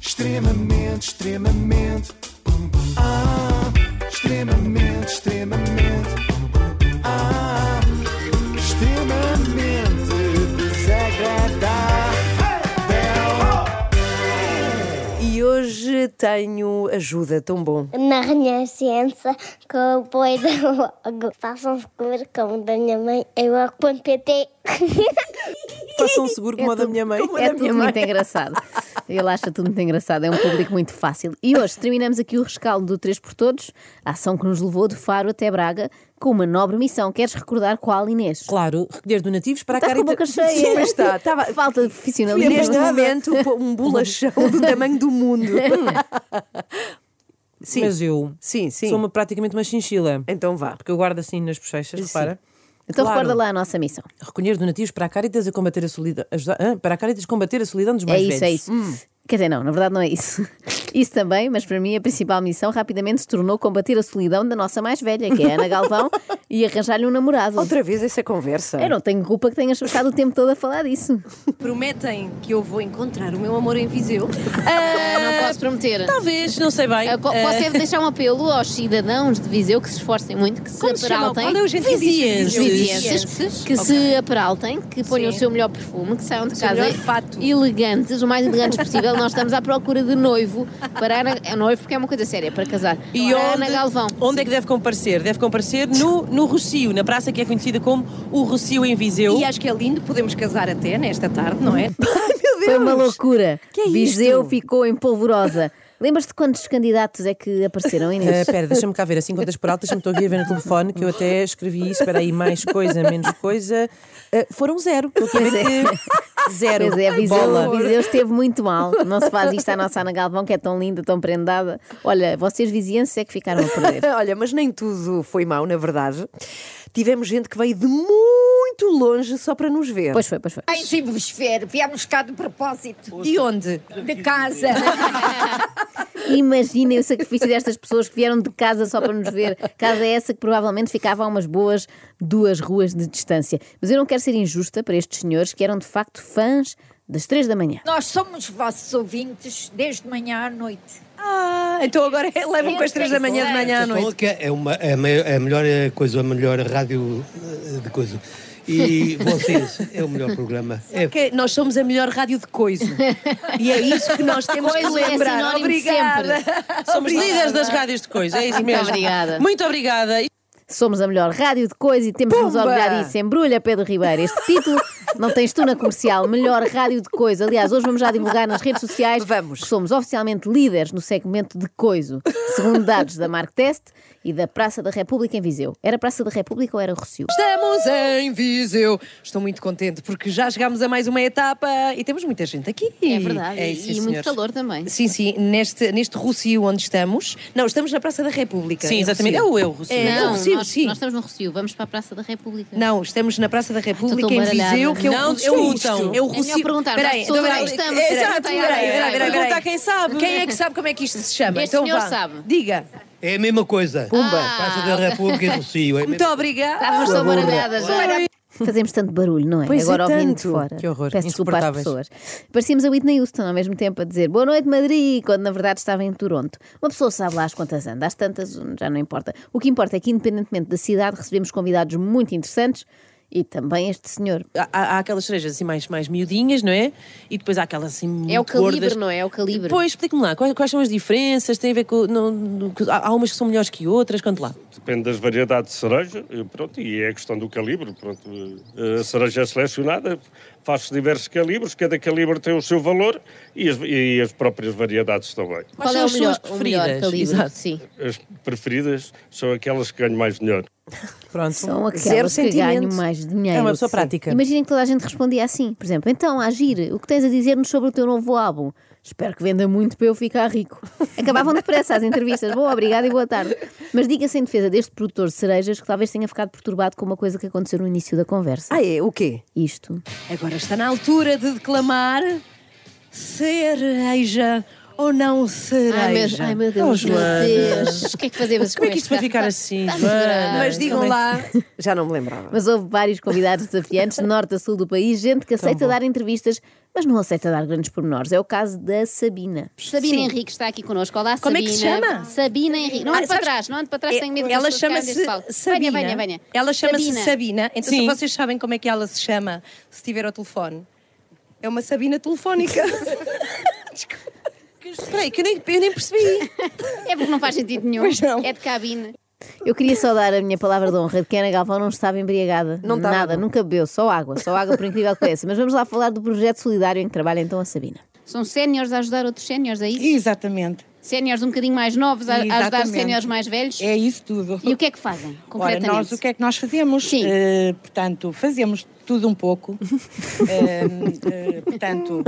Extremamente, extremamente. Ah, extremamente, extremamente. Ah, extremamente desagradável. E hoje tenho ajuda, tão bom. Na Renascença, com o apoio da Logo. Façam seguro como o da minha mãe, eu logo.pt. Façam um seguro como o da minha mãe. É tudo muito engraçado. Ele acha tudo muito engraçado, é um público muito fácil. E hoje terminamos aqui o rescaldo do Três por Todos, a ação que nos levou de Faro até Braga com uma nobre missão. Queres recordar qual, Inês? Claro, recolher donativos para Estás a com a Caritas. boca cheia. Sim, pois está. Estava- Falta E de neste profissionalismo. momento, um bolachão do tamanho do mundo. Sim, Mas eu sim, sim. sou uma- praticamente uma chinchila. Então vá. Porque eu guardo assim nas bochechas, repara. Então Claro. recorda lá a nossa missão. Recolher donativos para a Caritas e combater a solidão. ajudar- hã? para a Caritas combater a solidão dos É mais Hum. isso, velhos. é isso. Quer dizer, não, na verdade não é isso. Isso também, mas para mim a principal missão rapidamente se tornou combater a solidão da nossa mais velha, que é a Ana Galvão, e arranjar-lhe um namorado. Outra vez essa conversa. É, Eu não tenho culpa que tenhas ficado o tempo todo a falar disso. Prometem que eu vou encontrar o meu amor em Viseu? Ah, Não posso prometer. Talvez, não sei bem. Eu po- Ah, Posso é deixar um apelo aos cidadãos de Viseu que se esforcem muito, que se Como se chamam? aperaltem. Qual é o gentilicio de Vizienses. Viseu? Vizienses, Que se aperaltem, que ponham o seu melhor perfume, que saiam de casa melhor fato. elegantes, o mais elegantes possível. Nós estamos à procura de noivo para a Ana, é noivo porque é uma coisa séria, para casar. E Para a onde, Ana Galvão. onde é que deve comparecer? Deve comparecer no, no Rocio, na praça que é conhecida como o Rocio em Viseu. E acho que é lindo, podemos casar até nesta tarde, não é? Foi uma loucura. Que é isto? Viseu ficou em polvorosa. Lembras-te quantos candidatos é que apareceram, Ah, Inês? Espera, deixa-me cá ver, assim contas por altas, deixa-me estou aqui a ver no telefone que eu até escrevi isto, espera aí, mais coisa, menos coisa. Ah, foram zero. Estou aqui a ver que- Zero. Pois é, Viseu, Bola. Viseu esteve muito mal. Não se faz isto à nossa Ana Galvão, que é tão linda, tão prendada. Olha, vocês vizienses é que ficaram a perder. Olha, mas nem tudo foi mau, na verdade. Tivemos gente que veio de muito longe só para nos ver. Pois foi, pois foi. Em Sibosfera, viemos cá de propósito. De onde? De casa. Imaginem o sacrifício destas pessoas que vieram de casa só para nos ver. Casa essa que provavelmente ficava a umas boas duas ruas de distância. Mas eu não quero ser injusta para estes senhores que eram de facto fãs das três da manhã. Nós somos vossos ouvintes desde manhã à noite. Ah, então agora levam com as três da manhã de manhã à Então, noite. Folga é, uma, é a me- é a melhor eh, coisa, a melhor rádio eh, de coisa. E vocês, é o melhor programa. É Que nós somos a melhor rádio de coisa. e é isso que nós temos que Coisa é lembrar. sinónimo de sempre. Somos líderes das rádios de coisa, é isso Muito mesmo. obrigada. Muito obrigada. Somos a melhor rádio de coisa e temos de nos Pumba! orgulhar disso. Embrulha, Pedro Ribeiro. Este título não tens tu na comercial. Melhor rádio de coisa. Aliás, hoje vamos já divulgar nas redes sociais Vamos. que somos oficialmente líderes no segmento de coiso, segundo dados da Marktest e da Praça da República em Viseu. Era Praça da República ou era Rocio? Estamos em Viseu. Estou muito contente porque já chegámos a mais uma etapa e temos muita gente aqui. É verdade. É e- isso, e sim, muito senhores. calor também. Sim, sim, neste, neste Rocio onde estamos. Não, estamos na Praça da República. Sim, em exatamente. É Rocio. o eu, Rocio. É, não, o Rocio, nós, sim. nós estamos no Rocio, vamos para a Praça da República. Não, estamos na Praça da República tão em baralhada. Viseu, que é o Não Rocio. É o discutam. Rocio. É o É Rocio. melhor perguntar, Peraí, mas pessoas onde então, peraí. estamos, Exato, pergunta a peraí, alguém. peraí, peraí, Pergunta peraí. a quem sabe. Quem é que sabe como é que isto se chama? Este então senhor vá. sabe. Diga. é a mesma coisa. Pumba. Praça Ah, da República e do Cio. É a mesma Muito obrigada. Estávamos tão Tá, baralhadas. Fazemos tanto barulho, não é? Pois Agora é, ouvindo de tanto. fora. Que horror, Peço desculpa às insuportáveis. pessoas. Parecíamos a Whitney Houston ao mesmo tempo a dizer Boa noite, Madrid, quando na verdade estava em Toronto. Uma pessoa sabe lá as quantas anda, às tantas já não importa. O que importa é que, independentemente da cidade, recebemos convidados muito interessantes e também este senhor. Há, há aquelas cerejas assim mais, mais miudinhas, não é? E depois há aquelas assim É o muito calibre, gordas. não é? É o calibre. Pois, explique-me lá, quais, quais são as diferenças? Tem a ver com. Não, no- que- há há umas que são melhores que outras, quanto lá. Depende das variedades de cereja, eh, pronto, e é a questão do calibre, pronto. Eh, A cereja é selecionada, faz-se diversos calibres, cada calibre tem o seu valor e as, e as próprias variedades também. Qual Quais são é o as melhor, suas o melhor preferidas? calibre? Exato. Sim. As preferidas são aquelas que ganham mais dinheiro. Pronto. São Zero aquelas que sentimento. ganham mais dinheiro. É uma pessoa prática. Imaginem que toda a gente respondia assim. Por exemplo, então, Agir, o que tens a dizer-nos sobre o teu novo álbum? Espero que venda muito para eu ficar rico. Acabavam depressa as entrevistas. Bom, obrigada e boa tarde. Mas diga-se em defesa deste produtor de cerejas que talvez tenha ficado perturbado com uma coisa que aconteceu no início da conversa. Ah, é? O quê? Isto. Agora está na altura de declamar cereja ou não cereja? Ai, meu, ai, meu Oh, Deus, meu Joana. Deus. O que é que fazemos Como é com que isto vai esta? ficar assim, Está- está Joana? Mas digam lá, Já não me lembrava. Mas houve vários convidados desafiantes de norte a sul do país, gente que aceita dar entrevistas, mas não aceita dar grandes pormenores. É o caso da Sabina. Sabina Henrique está aqui connosco. Olá, Como é Sabina. que se chama? Sabina Henrique. Não Ah, ande para sabes- trás, não ande para trás, É, tenho medo que Ela as pessoas caiam chama-se desse palco. Sabina. Venha, venha, venha. Ela chama-se Sabina. Então, se vocês sabem como é que ela se chama, se tiver ao telefone, é uma Sabina telefónica. Desculpa. Espera aí, que eu nem, eu nem percebi. É porque não faz sentido nenhum. Pois não. É de cabine. Eu queria só dar a minha palavra de honra de que a Ana Galvão não estava embriagada. Não estava, Nada, não. nunca bebeu, só água, só água por incrível que pareça. Mas vamos lá falar do projeto solidário em que trabalha então a Sabina. São séniores a ajudar outros séniores, é isso? Exatamente. Séniores um bocadinho mais novos a, a ajudar Exatamente. séniores mais velhos. É isso tudo. E o que é que fazem, Ora, concretamente? nós o que é que nós fazemos? Sim. Eh, portanto, fazemos tudo um pouco. Eh, eh, portanto,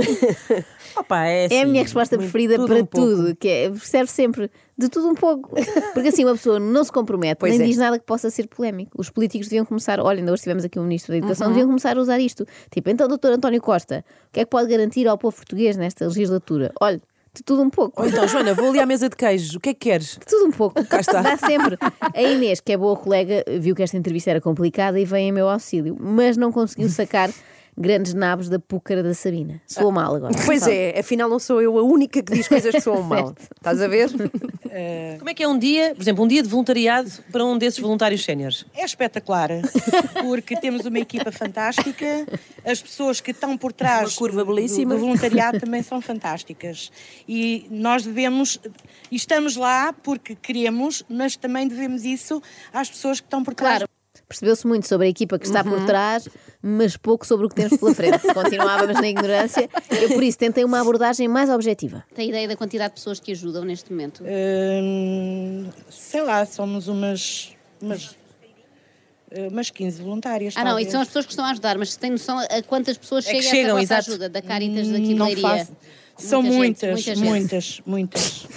Opa, é, É a assim, minha resposta muito- preferida tudo para um pouco. tudo, que é, serve sempre de tudo um pouco. Porque assim uma pessoa não se compromete, Pois nem é. diz nada que possa ser polémico. Os políticos deviam começar, olha, ainda hoje tivemos aqui um ministro da Educação, Uhum. deviam começar a usar isto. Tipo, então, doutor António Costa, o que é que pode garantir ao povo português nesta legislatura? Olha, de tudo um pouco. Ou então, Joana, vou ali à mesa de queijo. O que é que queres? Tudo um pouco. Cá está. Dá sempre. A Inês, que é boa colega, viu que esta entrevista era complicada e veio em meu auxílio, mas não conseguiu sacar grandes nabos da púcara da Sabina. Ah, Soa mal agora. Pois é, afinal não sou eu a única que diz coisas que soam mal. Estás a ver? Como é que é um dia, por exemplo, um dia de voluntariado para um desses voluntários séniores? é espetacular, porque temos uma equipa fantástica, as pessoas que estão por trás Uma curva do- belíssima. do voluntariado também são fantásticas. E nós devemos, e estamos lá porque queremos, mas também devemos isso às pessoas que estão por trás. Claro. Percebeu-se muito sobre a equipa que está Uhum. por trás, mas pouco sobre o que temos pela frente. Continuávamos na ignorância. Eu, por isso, tentei uma abordagem mais objetiva. Tem ideia da quantidade de pessoas que ajudam neste momento? Hum, sei lá, somos umas. umas eh, umas 15 voluntárias. Ah, não, talvez. isso são as pessoas que estão a ajudar, mas tem noção a- a quantas pessoas É que chega essa chegam, vossa exato. ajuda da Caritas daqui de Hum, Não Leiria? faço. São gente, muitas, muita gente. muitas, muitas.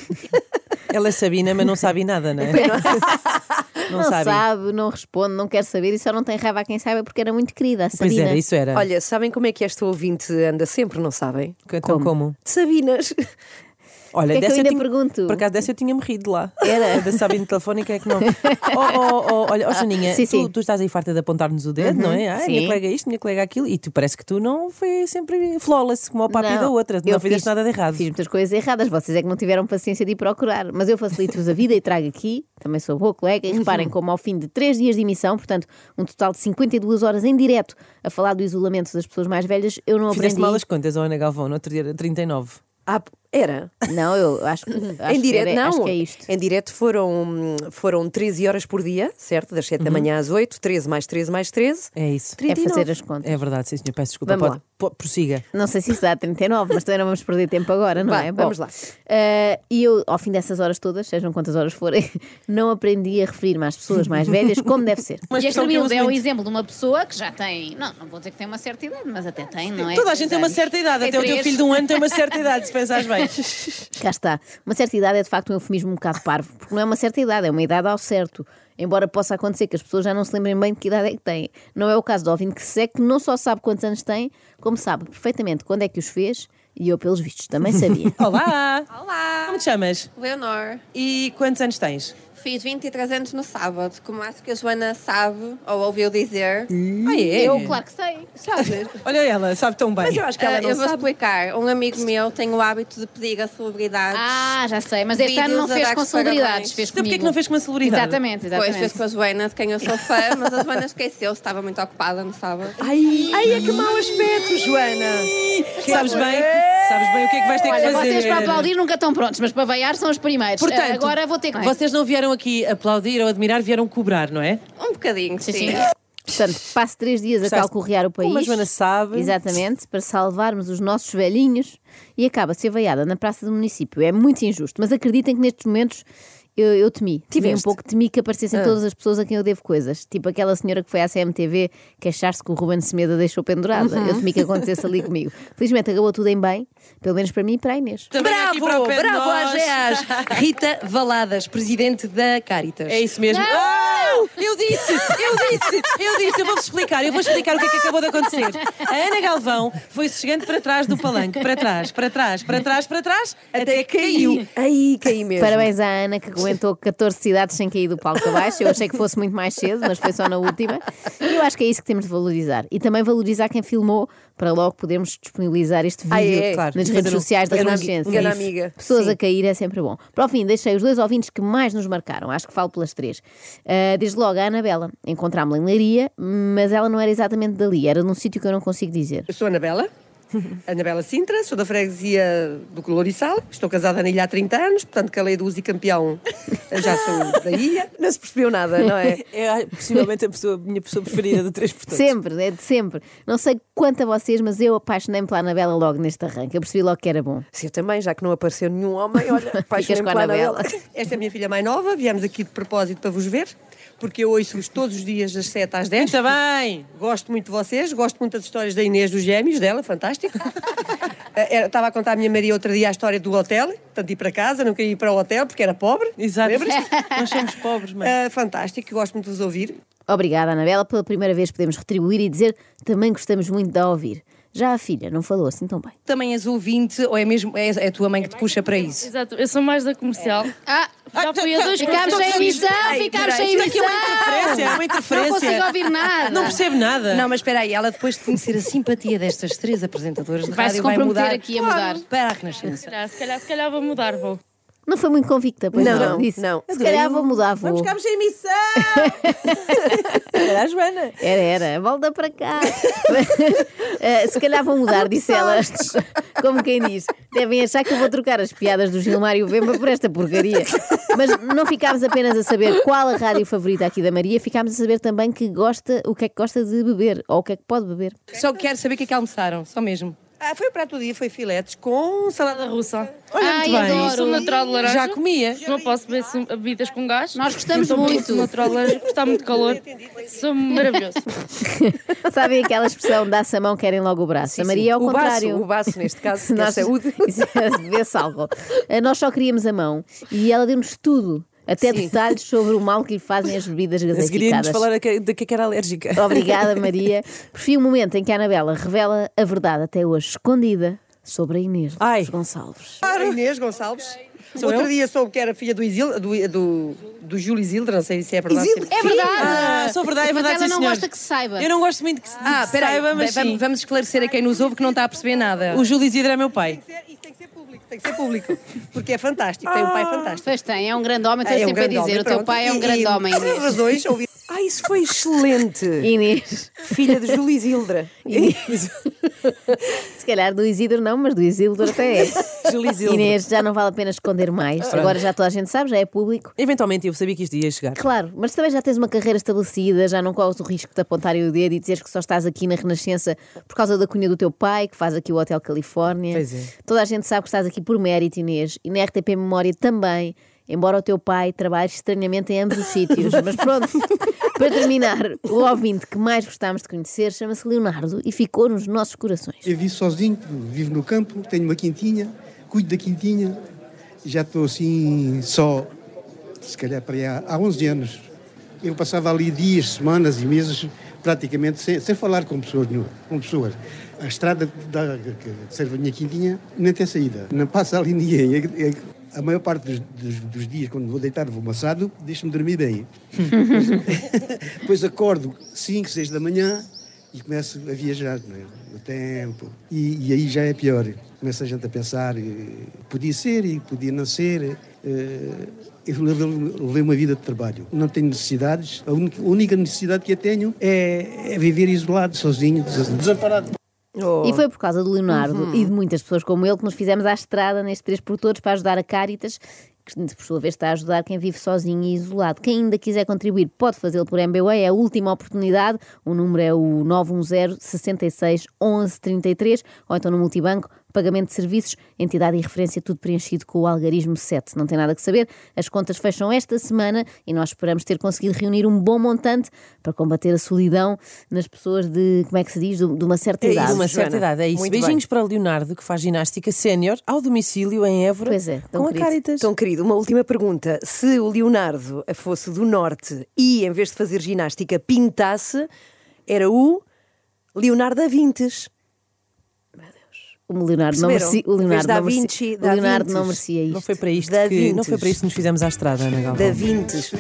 Ela é Sabina, mas não sabe nada, não é? Não, sabe. não responde, não quer saber e só não tem raiva a quem saiba porque era muito querida a Pois Sabina. era, isso era. Olha, sabem como é que esta ouvinte anda sempre, não sabem? então, como? De Sabinas. Olha, Porque é que eu dessa ainda tinha- pergunto? Por acaso dessa eu tinha morrido lá. Era. Da Sabina telefónica é que não. Oh, oh, oh, olha, oh, Janinha, Ah, Sim, tu, sim. Uhum. tu estás aí farta de apontar-nos o dedo, não é? Ai, minha sim. colega isto, minha colega é aquilo. E tu parece que tu não foi sempre flawless como o papi da outra. Tu eu não fizeste fiz- nada de errado. Fiz muitas coisas erradas, vocês é que não tiveram paciência de ir procurar. Mas eu facilito-vos a vida e trago aqui, também sou boa colega, e Uhum. reparem como ao fim de três dias de emissão, portanto, um total de 52 horas em direto a falar do isolamento das pessoas mais velhas, eu não Fizeste aprendi. mal as contas, oh, Ana Galvão, no outro dia era 39. Ah, era? Não, eu acho, que- acho Uhum. em direto, que era- não. acho que é isto. Em direto foram, foram 13 horas por dia, certo? Das 7 Uhum. da manhã às 8, 13 mais 13 mais 13. É isso. É 39. fazer as contas. É verdade, sim, senhor. Peço desculpa. Vamos Pode, po- prossiga. Não sei se isso dá 39, mas também não vamos perder tempo agora, não Vá, é? vamos lá. eh, e eu, ao fim dessas horas todas, sejam quantas horas forem, não aprendi a referir-me às pessoas mais velhas como deve ser. e Uma este expressão que eu uso humilde é um muito. exemplo de uma pessoa que já tem, não, não vou dizer que tem uma certa idade, mas até tem, não é? Toda a gente tem uma Anos. É certa É idade, até o teu três. filho de um ano tem uma certa idade, se pensares bem. Cá está. Uma certa idade é de facto um eufemismo um bocado parvo, porque não é uma certa idade, é uma idade ao certo. Embora possa acontecer que as pessoas já não se lembrem bem de que idade é que têm. Não é o caso do ouvinte que se é que não só sabe quantos anos tem, como sabe perfeitamente quando é que os fez, e eu, pelos vistos, também sabia. Olá! Olá, Como te chamas? Leonor. E quantos anos tens? um Fiz 23 anos no sábado, como acho que a Joana sabe ou ouviu dizer. Ah, é? Eu, claro que sei. Sabes? Olha ela, sabe tão bem. Ah, Mas eu acho é que ela não Eh, Eu vou explicar. Um amigo meu tem o hábito de pedir a celebridades. Ah, já sei, mas este Vídeos ano não a fez dar-se com celebridades, parabéns. fez Então comigo. porquê que não fez com uma celebridade? Exatamente, Depois fez exatamente. com a Joana, de quem eu sou fã, mas a Joana esqueceu, estava muito ocupada no sábado. Ai, Ai, é que mau aspecto, Joana. sabes bem, sabes bem o que é que vais ter Olha, que fazer. vocês para aplaudir nunca estão prontos, mas para veiar são os primeiros. Portanto, Agora vou ter que... Vocês não vieram aqui aplaudir ou admirar, vieram cobrar, não é? Um bocadinho, sim. sim. Portanto, passo três dias a Gostaste? calcorrear o país. Como a Joana sabe. Exatamente, para salvarmos os nossos velhinhos e acaba-se aveiada na praça do município. É muito injusto, mas acreditem que nestes momentos. Eu, eu temi, temi um Tiveste? pouco, temi que aparecessem Ah. todas as pessoas a quem eu devo coisas. Tipo aquela senhora que foi à CMTV queixar-se que o Ruben Semedo a deixou pendurada. Eu temi que acontecesse ali comigo. Felizmente acabou tudo em bem, pelo menos para mim e para a Inês. aqui para o Bravo, pé de bravo nós. às GEAs. Rita Valadas, presidente da Caritas. É isso mesmo. Não! Oh, eu Eu disse, eu disse, eu disse, eu vou-vos explicar, eu vou explicar o que é que acabou de acontecer. A Ana Galvão foi chegando para trás do palanque, para trás, para trás, para trás, para trás, até caiu. Aí caí mesmo. Parabéns à Ana que aguentou 14 cidades sem cair do palco abaixo. Eu achei que fosse muito mais cedo, mas foi só na última. E eu acho que é isso que temos de valorizar. E também valorizar quem filmou para logo podermos disponibilizar este vídeo Ah, é, é. nas Claro. redes Fazer um- sociais da fazer um Renascença. gif. Grande amiga. Pessoas Sim. a cair é sempre bom. Para o fim, deixei os dois ouvintes que mais nos marcaram. Acho que falo pelas três. Ah, desde logo a Anabela. Encontrámos-la em Leiria, mas ela não era exatamente dali. Era num sítio que eu não consigo dizer. Eu sou a Anabela, Anabela Sintra, sou da freguesia do Colorissal, estou casada na ilha há 30 anos, portanto, que a lei do uso e campeão eh, já sou da ilha. Não se percebeu nada, não é? É possivelmente a pessoa- minha pessoa preferida de três portantos. Sempre, é de sempre. Não sei quanto a vocês, mas eu apaixonei-me pela Anabela logo neste arranque. Eu percebi logo que era bom. Sim, eu também, já que não apareceu nenhum homem, olha, apaixonei-me com a pela Anabela. Esta é a minha filha mais nova, viemos aqui de propósito para vos ver, porque eu ouço-vos todos os dias das 7 às 10. Muito bem! Gosto muito de vocês, gosto muito das histórias da Inês dos Gêmeos, dela, fantástico. Eh, era- Estava a contar à minha Maria outro dia a história do hotel, portanto, ir para casa, não queria ir para o hotel porque era pobre. Exato. É. Nós somos pobres, mãe. fantástico, gosto muito de vos ouvir. Obrigada, Anabela. Pela primeira vez podemos retribuir e dizer também gostamos muito de a ouvir. Já a filha não falou assim tão bem. Também és ouvinte ou é mesmo é, é a tua mãe que te puxa para isso? Exato, eu sou mais da comercial. É. Ah, já fui a dois Ficámos sem concertos. emissão, Ei, ficámos peraí. sem Isto aqui é uma emissão. interferência, é uma interferência. Não consigo ouvir nada. Não percebo nada. Não, Não, mas espera aí, ela depois de conhecer a simpatia destas três apresentadoras de Vai se rádio vai comprometer mudar aqui a mudar. para a Renascença. mas... se, calhar, se calhar vou mudar, vou. Não foi muito convicta, pois Não, ela não, disse. não. Se calhar vou mudar, vou. a emissão! Era a Joana. Era, era. Volta para cá. Eh, se calhar vou mudar, disse ela. Como quem diz. Devem achar que eu vou trocar as piadas do Gilmar e o Vemba por esta porcaria. Mas não ficámos apenas a saber qual a rádio favorita aqui da Maria, ficámos a saber também que gosta, o que é que gosta de beber ou o que é que pode beber. Só quero saber o que é que almoçaram, só mesmo. Ah, foi o prato do dia, foi filetes com salada russa. Olha, muito bem. Sou natural de laranja. Já comia. Não posso beber sumo- bebidas com gás. Nós gostamos muito. natural de laranja, porque está muito calor. Sou maravilhoso. Sabem aquela expressão dá-se a mão, querem logo o braço. a Maria é ao O baço, contrário. o baço, neste caso, Se que é nós- saúde. se Vê-se algo. Eh, Nós só queríamos a mão e ela deu-nos tudo. Até detalhes sobre o mal que lhe fazem as bebidas A seguir íamos gaseificadas. falar a que- de que é que era alérgica. Oh, Obrigada, Maria. Por fim, o momento em que a Anabela revela a verdade até hoje escondida sobre a Inês Ai. Gonçalves. A Inês Gonçalves. Sou Outro eu? dia soube que era filha do, Isil, do, do, do Júlio Isilda, não sei se é verdade. Isilda? se É verdade. Ah, sou verdade, é Mas verdade, ela sim, não senhor. gosta que se saiba. Eu não gosto muito que se, Ah, que se peraí, saiba, mas bem, sim. vamos- Vamos esclarecer a quem nos ouve que não está a perceber nada. O Júlio Isidro é meu pai. Tem que ser público, porque é fantástico, tem um Ah. pai fantástico. Pois tem, é um grande homem, estou É um sempre a grande dizer. homem, o teu pronto. pai é um E- grande e- homem. Inês. As dois ouvi- Ah, isso foi excelente! Inês. Filha de Júlia Isilda. Se calhar do Isidro não, mas do Isildo até é. Júlio Isidro. Inês, já não vale a pena esconder mais. Pronto. Agora já toda a gente sabe, já é público. Eventualmente eu sabia que isto ia chegar. Claro, mas também já tens uma carreira estabelecida, já não corres o risco de apontarem o dedo e dizeres que só estás aqui na Renascença por causa da cunha do teu pai, que faz aqui o Hotel Califórnia. Pois é. Toda a gente sabe que estás aqui por mérito, Inês, e na RTP Memória também, embora o teu pai trabalhe estranhamente em ambos os sítios. Mas pronto, para terminar, o ouvinte que mais gostámos de conhecer chama-se Leonardo e ficou nos nossos corações. Eu vivo sozinho, vivo no campo, tenho uma quintinha, cuido da quintinha. Já estou assim só, se calhar para aí há, há 11 anos. Eu passava ali dias, semanas e meses, praticamente sem, sem falar com pessoas, nenhuma, com pessoas. A estrada da, que serve a minha quintinha nem tem saída, não passa ali ninguém. É- é- a maior parte dos, dos- dos dias, quando vou deitar, vou amassado, deixo-me dormir bem. Depois acordo 5, 6 da manhã e começo a viajar, não é? O tempo. E, e aí já é pior. Começa a gente a pensar, eh, podia ser e podia não ser. eh, Eu levo- levei uma vida de trabalho. Não tenho necessidades. A única, a única necessidade que eu tenho é, é viver isolado, sozinho, des- desamparado. E foi por causa do Leonardo Uhum. e de muitas pessoas como ele que nos fizemos à estrada neste Três por Todos para ajudar a Caritas, que por sua vez está a ajudar quem vive sozinho e isolado. Quem ainda quiser contribuir pode fazê-lo por MBWay, é a última oportunidade. um O número é o 910 66 11 33 ou então no multibanco pagamento de serviços, entidade e referência, tudo preenchido com o algarismo 7. Não tem nada que saber, as contas fecham esta semana e nós esperamos ter conseguido reunir um bom montante para combater a solidão nas pessoas de, como é que se diz, de, de uma certa É idade. isso, uma certa idade, é isso. Beijinhos para o Leonardo, que faz ginástica sénior, ao domicílio em Évora. Pois é, com a Caritas. Tão Então, querido, uma última pergunta. Se o Leonardo fosse do Norte e, em vez de fazer ginástica, pintasse, era o Leonardo da Vintes. O Leonardo não Perceberam? merecia. O Em vez Leonardo, da não merecia, Vinci, o da Leonardo Vintes. não merecia isto. Não foi para isto Da que, não Vintes. foi para isto que nos fizemos à estrada, Ana Galvão. Da Vintes.